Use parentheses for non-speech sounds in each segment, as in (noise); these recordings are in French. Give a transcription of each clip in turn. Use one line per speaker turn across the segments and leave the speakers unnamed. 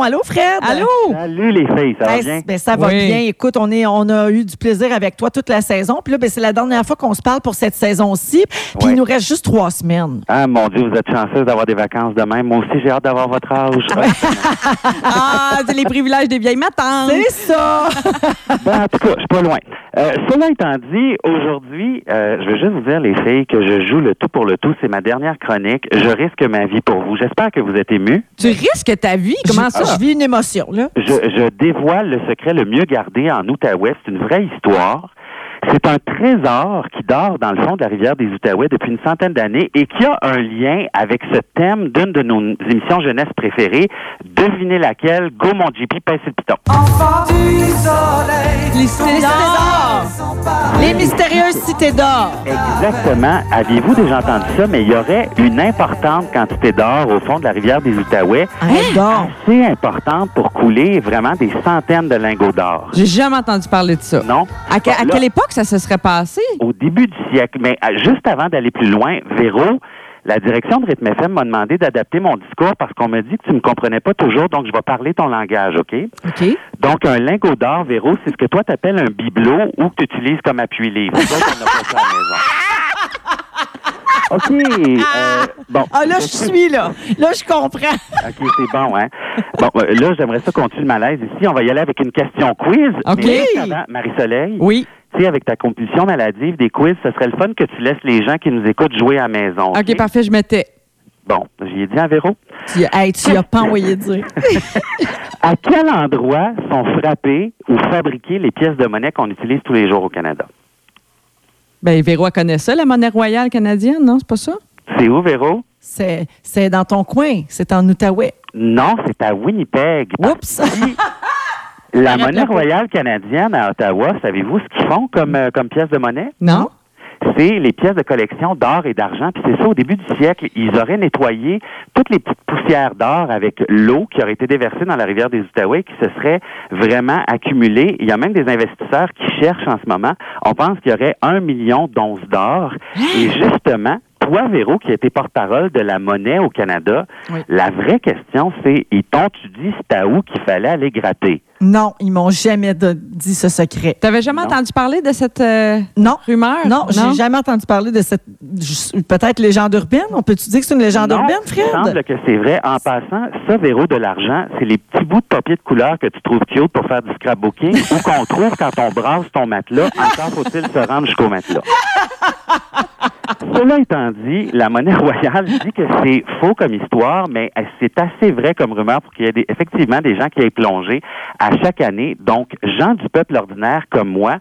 Allô, Fred? Allô?
Salut les filles, ça va
Hey,
bien?
ben, ça va
Oui.
bien. Écoute, on, est, on a eu du plaisir avec toi toute la saison. Puis là, ben, c'est la dernière fois qu'on se parle pour cette saison-ci. Puis
Ouais.
il nous reste juste trois semaines.
Ah mon Dieu, vous êtes chanceuse d'avoir des vacances demain. Moi aussi, j'ai hâte d'avoir votre âge.
Ah, c'est les privilèges des vieilles matantes.
C'est ça!
(laughs) Ben, en tout cas, je suis pas loin. Euh, cela étant dit, aujourd'hui, euh, je veux juste vous dire, les filles, que je joue le tout pour le tout. C'est ma dernière chronique. Je risque ma vie pour vous. J'espère que vous êtes émus.
(laughs) Tu risques ta vie? Comment
Je-
ça?
Je vis une émotion, là.
Je, je dévoile le secret le mieux gardé en Outaouais. C'est une vraie histoire. C'est un trésor qui dort dans le fond de la rivière des Outaouais depuis une centaine d'années et qui a un lien avec ce thème d'une de nos émissions jeunesse préférées. Devinez laquelle? Go mon JP, pince le piton.
Les cités d'or.
Les mystérieuses cités d'or.
Exactement. Aviez-vous déjà entendu ça? Mais il y aurait une importante quantité d'or au fond de la rivière des Outaouais.
Hein?
Arrête donc.
Assez importante pour couler vraiment des centaines de lingots d'or.
J'ai jamais entendu parler de ça.
Non?
À, que- à
Là,
quelle époque ça se serait passé?
au début du siècle. Mais à- juste avant d'aller plus loin, Véro, la direction de Rhythm FM m'a demandé d'adapter mon discours parce qu'on me dit que tu me comprenais pas toujours, donc je vais parler ton langage, OK?
OK.
Donc, un lingot d'or, Véro, c'est ce que toi t'appelles un bibelot ou que tu utilises comme appui-livre. Nous autres, on n'a pas ça
(laughs)
à la maison. OK. euh, bon.
Ah, là, je suis, là. Là, je comprends.
OK, c'est bon, hein? Bon, euh, là, j'aimerais ça qu'on tue le malaise ici. On va y aller avec une question quiz.
OK.
Mais juste avant, Marie-Soleil.
Oui.
Tu sais, avec ta compulsion maladive des quiz, ce serait le fun que tu laisses les gens qui nous écoutent jouer à la maison.
OK, parfait, je mettais.
Bon, j'y ai dit à Véro.
Tu, hey, tu y as pas envoyé dire.
À quel endroit sont frappées ou fabriquées les pièces de monnaie qu'on utilise tous les jours au Canada?
Ben, Véro, connaît ça, la monnaie royale canadienne, non? C'est pas ça?
C'est où, Véro?
C'est c'est dans ton coin. C'est en Outaouais.
Non, c'est à Winnipeg.
Oups!
Ah,
La monnaie royale canadienne à Ottawa, savez-vous ce qu'ils font comme, euh, comme pièce de monnaie?
Non?
c'est les pièces de collection d'or et d'argent. Puis c'est ça, au début du siècle, ils auraient nettoyé toutes les petites poussières d'or avec l'eau qui aurait été déversée dans la rivière des Outaouais, qui se serait vraiment accumulée. Il y a même des investisseurs qui cherchent en ce moment. On pense qu'il y aurait un million d'onces d'or. Et justement, toi, Véro, qui a été porte-parole de la monnaie au Canada,
Oui.
la vraie question, c'est, ils t'ont-tu dit c'est à où qu'il fallait aller gratter?
Non, ils m'ont jamais don- dit ce secret.
T'avais jamais
Non.
entendu parler de cette euh,
Non.
rumeur?
Non, j'ai jamais entendu parler de cette je- peut-être légende urbaine. On peut-tu dire que c'est une légende
Non,
urbaine,
Il me semble
Fred?
que c'est vrai. En passant, ça, Véro, de l'argent, c'est les petits bouts de papier de couleur que tu trouves cute pour faire du scrapbooking (laughs) ou qu'on trouve quand on brasse ton matelas. Encore faut-il se rendre jusqu'au matelas. Cela étant dit, la monnaie (laughs) royale dit que c'est faux comme histoire, mais c'est assez vrai comme rumeur pour qu'il y ait des- effectivement des gens qui aient plongé à chaque année. Donc, gens du peuple ordinaire comme moi,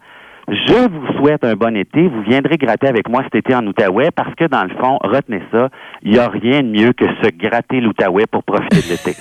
je vous souhaite un bon été. Vous viendrez gratter avec moi cet été en Outaouais parce que, dans le fond, retenez ça, il n'y a rien de mieux que se gratter l'Outaouais pour profiter
(laughs)
de l'été.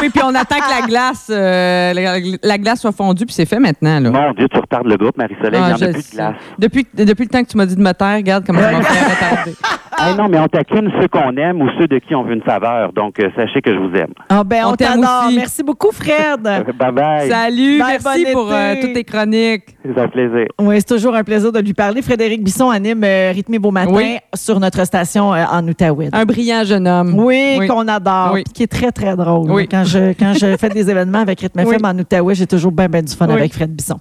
Oui, puis on attend que la glace, euh, la, la glace soit fondue, puis c'est fait maintenant, là.
Mon Dieu, tu retardes le groupe,
Ah,
Marie-Soleil, il n'y en
je
a plus de
sais.
glace.
Depuis, depuis le temps que tu m'as dit de me taire, regarde comment ça m'a fait retarder.
Ah non, mais on taquine ceux qu'on aime ou ceux de qui on veut une faveur. Donc, euh, sachez que je vous aime.
Ah ben,
On
on
t'aime
t'adore.
aussi.
Merci beaucoup,
Ah.
(laughs)
Fred.
Bye-bye.
Salut,
Bye,
merci
bon
pour
été.
euh, toutes tes chroniques.
C'est un plaisir.
Oui, c'est toujours un plaisir de lui parler. Frédéric Bisson anime euh, Rythmé Beau Matin
Oui.
sur notre station euh, en Outaouais.
Un brillant jeune homme.
Oui, qu'on adore,
Oui.
puis qui est très, très drôle.
Oui. (laughs)
Quand je, quand je fais des événements avec Rythme
Oui.
FM en Outaouais, j'ai toujours bien, bien du fun
Oui.
avec Fred Bisson.